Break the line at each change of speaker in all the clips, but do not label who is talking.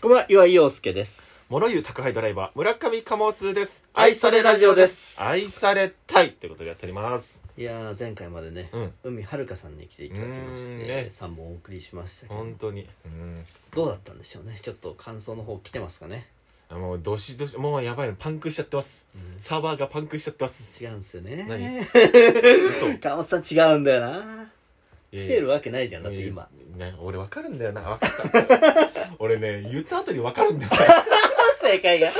こんばんは、岩井陽介です。
諸湯宅配ドライバー村上貨物です
愛されラジオです
愛されたいということでやっております
いやー、前回までね、
うん
海はるかさんに来ていただきまし
う
て、
ーんね
3本お送りしましたけど
本、当にうん
どうだったんでしょうね。ちょっと感想の方来てますかね。
あもうどしどしもうやばいのパンクしちゃってますサーバーがパンクしちゃってます
違うんすよね
何。
嘘。川本さん違うんだよな。来てる
わ
わけないじゃん、だって今。
ね俺わかるんだよなわかった俺ね言った後にわかるんだよ
正解が。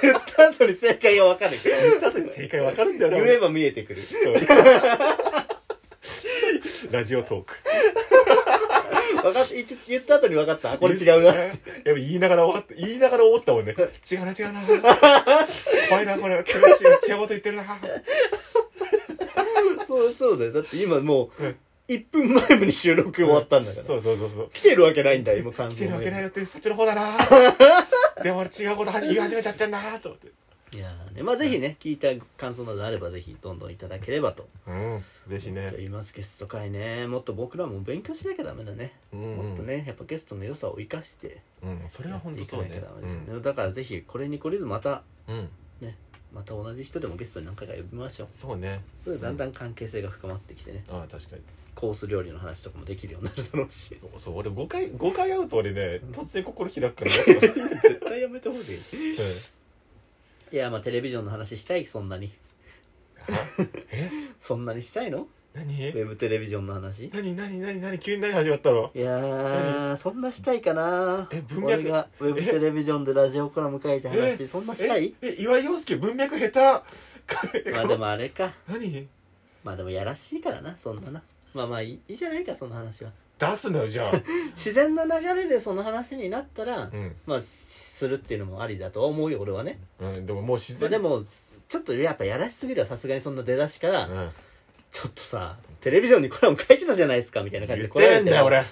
言った後に正解がわかる。
言った後に正解わかるんだよな
言
俺
えば見えてくる。
そう ラジオトーク
分かっ言っ言った後に分か った。あこれ違うな。
やっぱ言いながら分かった言いながら思ったもんね違うな違うな怖い なこれ違う違う違うこと言ってるな
そうそうだよ。だって今もう、1分前に収録終わったんだから。
そうそうそうそう
来てるわけないんだよ、今感
来
想
てるわけないよってそっちの方だなでも俺違うこと言い始めちゃってんなと思って
いやーねまあぜひね聞いた感想などあればぜひどんどんいただければと
うんぜひ
思ってお
ね
りますゲスト会ねもっと僕らも勉強しなきゃダメだね、
うん
もっとねやっぱゲストの良さを生かして
うんそれ
や
は
っ
本
て
当
いか
そう
な
ね
きゃダメですよねだからぜひこれにこれずまた
うんうん
また同じ人でもゲストに何回か呼びましょう
そうね
それでだんだん関係性が深まってきてね
ああ確かに
コース料理の話とかもできるようになるだろうし
そう俺5回5回会うと俺ね突然心開くから うん
絶対やめてほしい いやまあテレビジョンの話したいそんなに
あえ
そんなにしたいのウ
何
ェブテレビジョンの話
何何何何急に何始まったの
いやーそんなしたいかな
え文脈
俺がウェブテレビジョンでラジオコラム書いた話そんなしたい
ええ岩井陽介文脈下手
まあでもあれか
何
まあでもやらしいからなそんななまあまあいいいいじゃないかその話は
出すなよじゃあ、
自然な流れでその話になったら、
うん
まあするっていうのもありだとは思うよ俺はね、
うん、でももう自
まあ、
然
でもちょっとやっぱやらしすぎるはさすがにそんな出だしから、
うん、
ちょっとさテレビジョンにコラム書いてたじゃないですかみたいな感じ
言
で
ってねえんだよ
来られ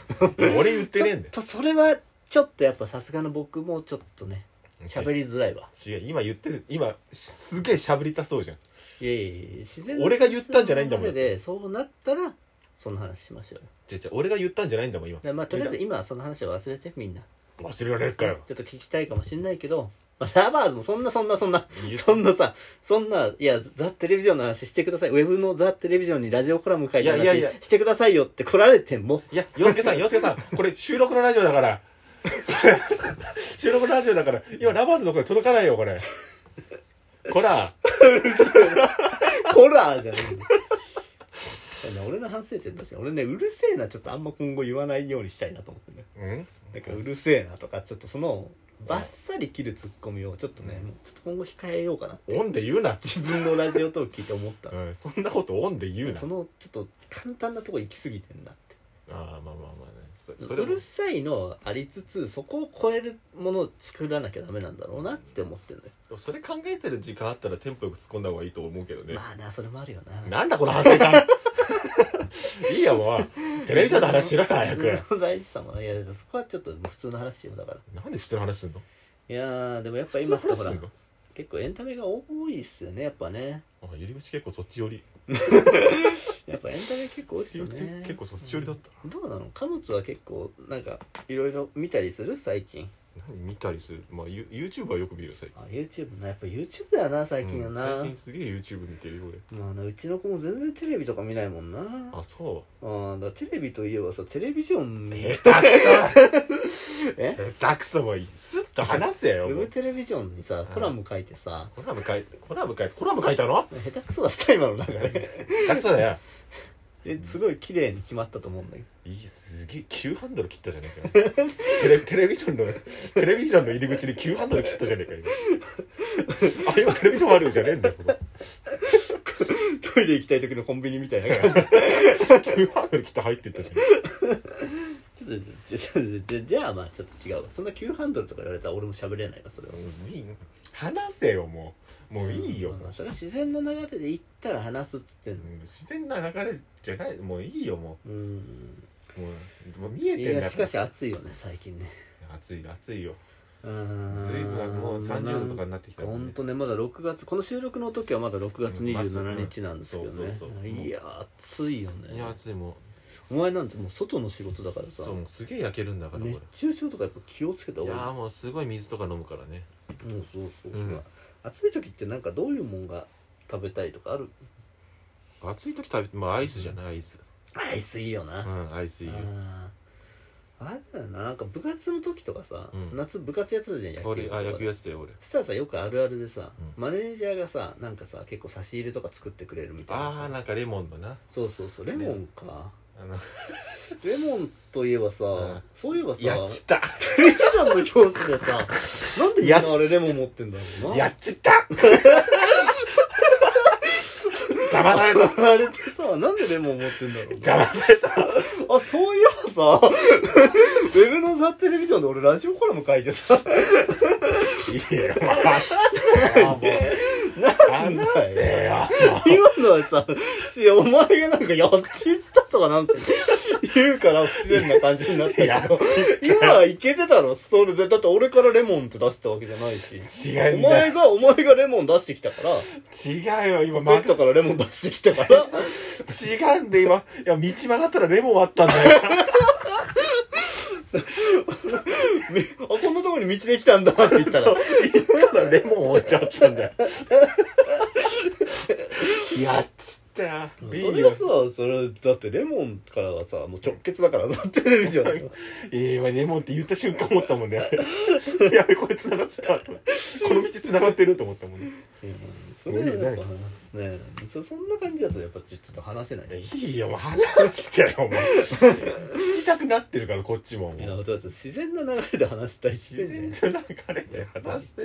俺俺言ってねえんだよ
ちょっとそれはちょっとやっぱさすがの僕もちょっとね喋りづらいわ
違う今言ってる今すげえ喋りたそうじゃん
いやいやいや自然
俺が言ったんじゃないんだもん
流れでそうなったらその話しましょうよ
違う違う俺が言ったんじゃないんだもん今
でまあとりあえず今はその話は忘れてみんな
忘れられる
ち
か
ょ
よ
っと聞きたいかもしんないけど、まあ、ラバーズもそんなそんなそんな
言う
そんなさそんないやザ・テレビジョンの話してくださいウェブのザ・テレビジョンにラジオコラム書いて
いやい
話
やいや
してくださいよって来られても
いや洋介さん洋介さんこれ収録のラジオだから 収録のラジオだから今ラバーズの声届かないよこれこら
ホラーじゃない 俺の反省点として俺ねうるせえなちょっとあんま今後言わないようにしたいなと思ってね
うん
だからうるせえなとかちょっとそのバッサリ切るツッコミをちょっとね、もうちょっと今後控えようかなって
オンで言うな、
自分のラジオトーク聞いて思った
うん、そんなことオンで言うな
そのちょっと簡単なとこ行き過ぎてんなって
ああまあまあまあねそそうれも
るさいのありつつそこを超えるものを作らなきゃダメなんだろうなって思ってるのよ、
でもそれ考えてる時間あったらテンポよく突っ込んだ方がいいと思うけどね、
まあなそれもあるよな
なんだこの反省会 いいやもうテレビジョンの話しろよ早く
自分の大事さもいやそこはちょっと普通の話よだから
なんで普通の話すんの
いやーでもやっぱ
普通
今
の
ってほ
話
ら
すんの
結構エンタメが多いっすよねやっぱね
あ入り口結構そっち寄り
やっぱエンタメ結構多いっす
入
よ
り口
ね
結構そっち寄りだったな、
どうなの貨物は結構なんかいろいろ見たりする最近
何見たりするまあ You- YouTube はよく見るよ最近
あ YouTube なやっぱ YouTube だよな最近はな、
うん最近すげえ YouTube 見てるよ俺
まあなうちの子も全然テレビとか見ないもんなあ
あそ
あだからテレビといえばさテレビジョン
う
見
下手くそ
え
下手くそもういいスッと話せ
ウ
よ
ェ
も
ブ
う
テレビジョンにさコラム書いてさ
コラム書いてコラム書いてコラム書いたの
下手くそだった今のなんかね
下手くそだよ
ですごい綺麗に決まったと思うんだけど
いいすげえ急ハンドル切ったじゃねえかよ テレテレビジョンのテレビジョンの入り口に急ハンドル切ったじゃねえかよあ今テレビジョンあるじゃねえんだよここ
トイレ行きたい時のコンビニみたいな感じ
急ハンドル切って入ってったじゃね
ちょっとちょっとじゃじゃあまあちょっと違うわそんな急ハンドルとか言われたら俺も喋れないわそれは
えかもういいの話せよもうもういいよ、
まあ
も
ま
う
あそれは自然な流れで行ったら話すっつってんの
うん自然な流れじゃないもういいよも
うん
うもうもう見え
い
てん
や
だ
しかし暑いよね最近ね
暑い暑いよ
うーん
ずいぶんもう30度とかになってきたも
ほ
ん
ん
ね
とねまだ6月この収録の時はまだ6月27日なんですけど
うん
ね
そうそうそう
いや暑いよね
いや暑いも
お前なんてもう外の仕事だからさ
そうすげえ焼けるんだからこ
熱中症とかやっぱ気をつけた
れ
方が
いや
いい
ーもうすごい水とか飲むからね
うんそうそうそう、
うん
暑い時ってなんかどういうもんが食べたいとかある
暑い時食べてまあアイスじゃないアイス
アイスいいよな、
うんアイスいいよ
あーあれだよななんか部活の時とかさ、
うん
夏部活やってたじゃん野球
俺
とか
あ野球
そ
やってたよ俺
したらさよくあるあるでさ、
うん
マネージャーがさなんかさ結構差し入れとか作ってくれるみたいな
ああなんかレモンのな
そうそうそうレモンか、
あの
レモンといえばさ、
うん
そういえば
やっ
さ
ちった
テレビジョンの表紙でさなんでみんなあれレモン持ってんだろうな
やっちった騙された
あれってさなんでレモン持ってんだろうな
騙された
あ、そういえばさ、 ウェブのザ・テレビジョンで俺ラジオコラム書いてさ、
いいよもう
なん
話
だ
せ
よ。
よ
今のはさ、しお前がなんかやっちったとかなんか言うから不自然な感じになったけ
やっ
ど、今はいけてたろ、ストールで。だって俺からレモンって出したわけじゃないし。
違う
お
んだ
前が、お前がレモン出してきたから、
違うよ今
ベッ
曲
ドからレモン出してきたから、
が違うんで今いや道曲がったらレモンあったんだよ
めあ、こんなとこに道できたんだって言ったら、
だからレモン置いてあったんだよ やっちった
そ
いい
れ
よ
がさ、それ、だってレモンからはさ、もう直結だからさ、テレビ ジョンの。
ええ今レモンって言った瞬間思ったもんね やべこれ繋がっちゃったと思ってこの道繋がってると思ったもんね
それはやっぱ
無
ねえそそんな感じだとやっぱちょっと話せないね
いいよもう話してよお前聞きたくなってるからこっちもも
い
う
やだって自然な流れで話したいし
自然と流れで話して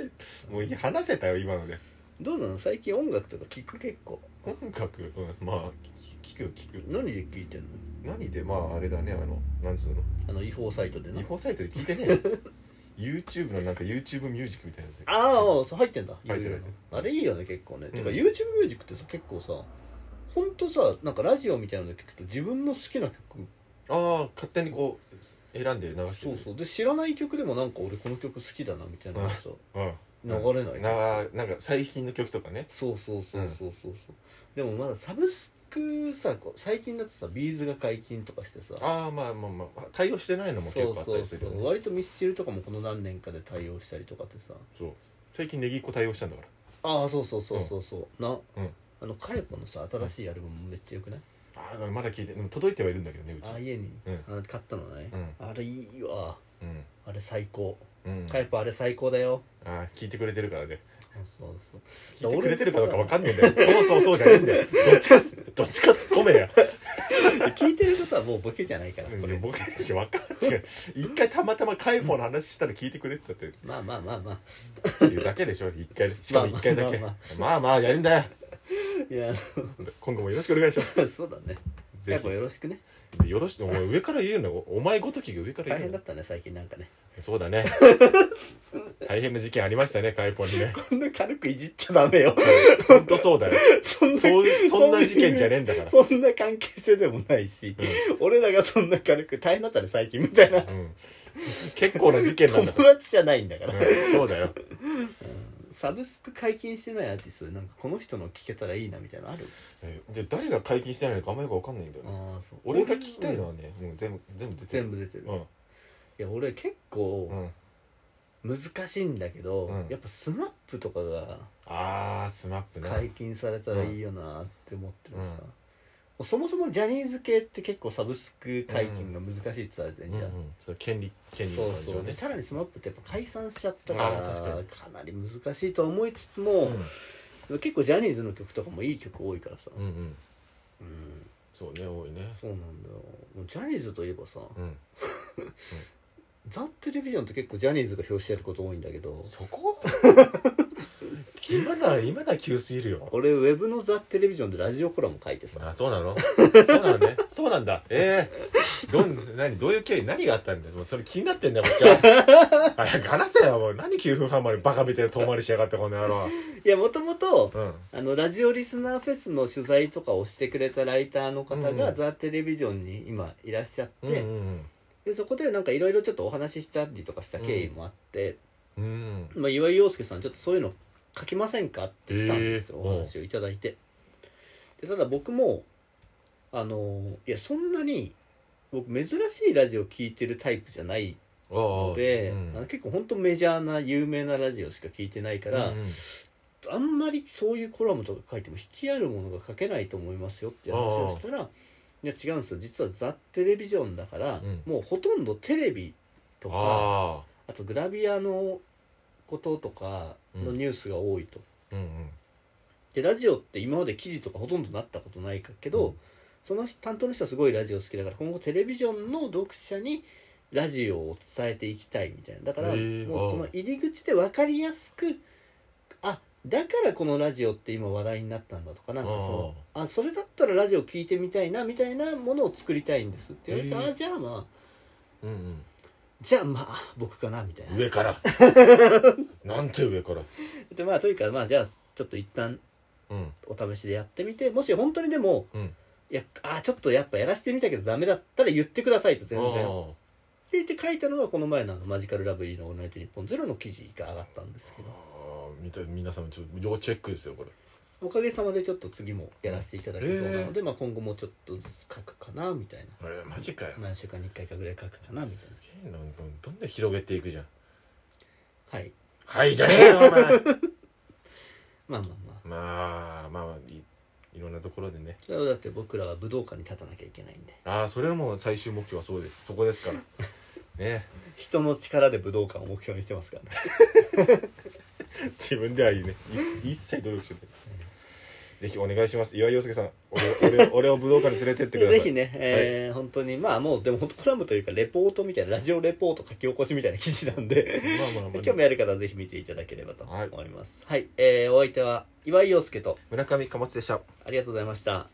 もういい話せたよ今ので
どうなの最近音楽とか聞く結構
音楽、うん、まあ聞く聞く
何で聞いてんの
何でまああれだねあのなんつうの
あの違法サイトでな
違法サイトで聞いてねえよ YouTube のなんか YouTube ミュージックみたいなやつ
ああそう入ってんだ
入ってる入ってる
あれいいよね結構ね、てか
う
YouTube
ん
ミュージックってさ結構さほんとさなんかラジオみたいなの聞くと自分の好きな曲
ああ勝手にこう選んで流して
そう
る
そうで知らない曲でもなんか俺この曲好きだなみたいなのさ
うん
流れない
ななんか最近の曲とかね
そうそうそうそうそうそう、でもまだサブスクさこう最近だとさビーズが解禁とかしてさ
ああまあまあまあ対応してないのも
そ
結
う
構あっ
そ
た
う
り
そ
するよ
う
ね
割とミスチルとかもこの何年かで対応したりとかってさ
そう最近ネギっ子対応したんだから
ああそうそうそうそうそう、な、
うん
あのカエポのさ新しいアルバムめっちゃよくない、
ああまだ聞いてでも届いてはいるんだけどねうち
ああ家に、
う
あの買ったのね
う、ん
あれいいわ
うん
あれ最高、
うん
カエポあれ最高だよ
ああ聞いてくれてるからね
そう そう
聞いてくれてるかどうかわかんねえんだよそうそうそうじゃねえんだよどっちかつどっちか突っ込め や
で聞いてることはもうボケじゃないからこれ、
僕たちわかんない一回たまたま解放の話したら聞いてくれてたって
まあまあまあまあ
いうだけでしょ一回しかも一回だけ
まあまあ
まあまあじゃねえんだよ
いや
今後もよろしくお願いします
あのそうだねカエ
ぜ
ポよろしくね
ひよろしくお前上から言うんだおお前ごときが上から
大
言う
変
ん
だっ
だ
たね最近なんかね
そうだ ね大変な事件ありましたね解放 にね
そんな軽くいじっちゃダメよ。
本当そうだよ
そんな、
そうそんな事件じゃねえんだか ら
そんな関係性でもないし、俺らがそんな軽く大変だったね、最近みたいな。
うん結構な事件な
友
んだか、
達じゃないんだからら。
うん、そうだよ
サブスク解禁してないアーティストで、なんかこの人の聞けたらいいなみたいなのある
えじゃあ誰が解禁してないのかあんまよくわかんないんだよね
ああ、そう。
俺が聞きたいのはね、もう全部全部出てる
全部出てる。
うん
いや、俺結
う
構
ん
難しいんだけど、
うん
やっぱスマップとかが
あースマップな
解禁されたらいいよなって思ってるさ。
うん
もうそもそもジャニーズ系って結構サブスク解禁が難しいって言われて
うん
じ
ん
ゃん、
うんその権利権利の
そう
感じ
そ
は
うで
ね
さらに SMAP ってやっぱ解散しちゃったから
あー確かに
かなり難しいと思いつつも、結構ジャニーズの曲とかもいい曲多いからさ、
うんうんうん
うん
そうね多いね
そうなんだよもうジャニーズといえばさ、
うん
ザ・テレビジョンって結構ジャニーズが表してやること多いんだけど
そこ 今なら今なら急すぎるよ
俺ウェブのザ・テレビジョンでラジオコラム書いて
あ
さ
そうなのそうなのねそうなんだええどん何どういう経緯何があったんだよもうそれ気になってんだよこっちは 早く話せよもう何9分半までバカみたいな遠回りしやがってこの野郎
いやもともと
うん
あのラジオリスナーフェスの取材とかをしてくれたライターの方
うんう
が
ん
ザ・テレビジョンに今いらっしゃって、
うんうん
でそこでなんかいろいろちょっとお話ししたりとかした経緯もあって、
うんうん
まあ、岩井陽介さんちょっとそういうの書きませんかって来たんですよ、
えー
お話をいただいてでただ僕もあのーいやそんなに僕珍しいラジオ聞いてるタイプじゃないので、あの結構本当メジャーな有名なラジオしか聞いてないから、あんまりそういうコラムとか書いても引きあるものが書けないと思いますよっていう話をしたら「いや違うんですよ実はザ・テレビジョンだから、
うん
もうほとんどテレビとかあ
あ
とグラビアのこととかのニュースが多いと。
ーうんうん
でラジオって今まで記事とかほとんどなったことないけど、
うん
その担当の人はすごいラジオ好きだから今後テレビジョンの読者にラジオを伝えていきたいみたいなだから
へ
も
ー
うその入り口で分かりやすくあだからこのラジオって今話題になったんだとかなんかそのあそれだったらラジオ聞いてみたいなみたいなものを作りたいんですって言われて、
へー
あじゃあまあ
うん
じゃあまあ僕かなみたい
うん
な。
上からなんて上から
でまあというかまあじゃあちょっと一旦
うん
お試しでやってみてもし本当にでも、
うん
いやあーちょっとやっぱやらせてみたけどダメだったら言ってくださいと全然。って
あ
言って書いたのがこの前のあのマジカルラブリーの「オールナイトニッポンゼロの記事が上がったんですけど
ー見た皆さんちょっと要チェックですよこれ
おかげさまでちょっと次もやらせていただけそうなので、まあ、今後もちょっとずつ書くかなみたいな
えーマジかよ
何週間に1回かぐらい書くかなみたい
すげえなどんどんどん広げていくじゃん
なはい
はいじゃねえよお前
まあまあまあ
まあまあまあいいろんなところでね
それはだって僕らは武道館に立たなきゃいけないんで
ああそれはもう最終目標はそうですそこです からね
人の力で武道館を目標にしてますからね
自分ではいいね一一切努力してないですぜひお願いします岩井陽介さん俺を俺を俺を武道館に連れてってくだ さい
ぜひね、えー本当にまあもうでも本当コラムというかレポートみたいなラジオレポート書き起こしみたいな記事なんで
まあまあまあ、
興味ある方はぜひ見ていただければと思いますはい、えーお相手は岩井陽介と
村上貨物でした
ありがとうございました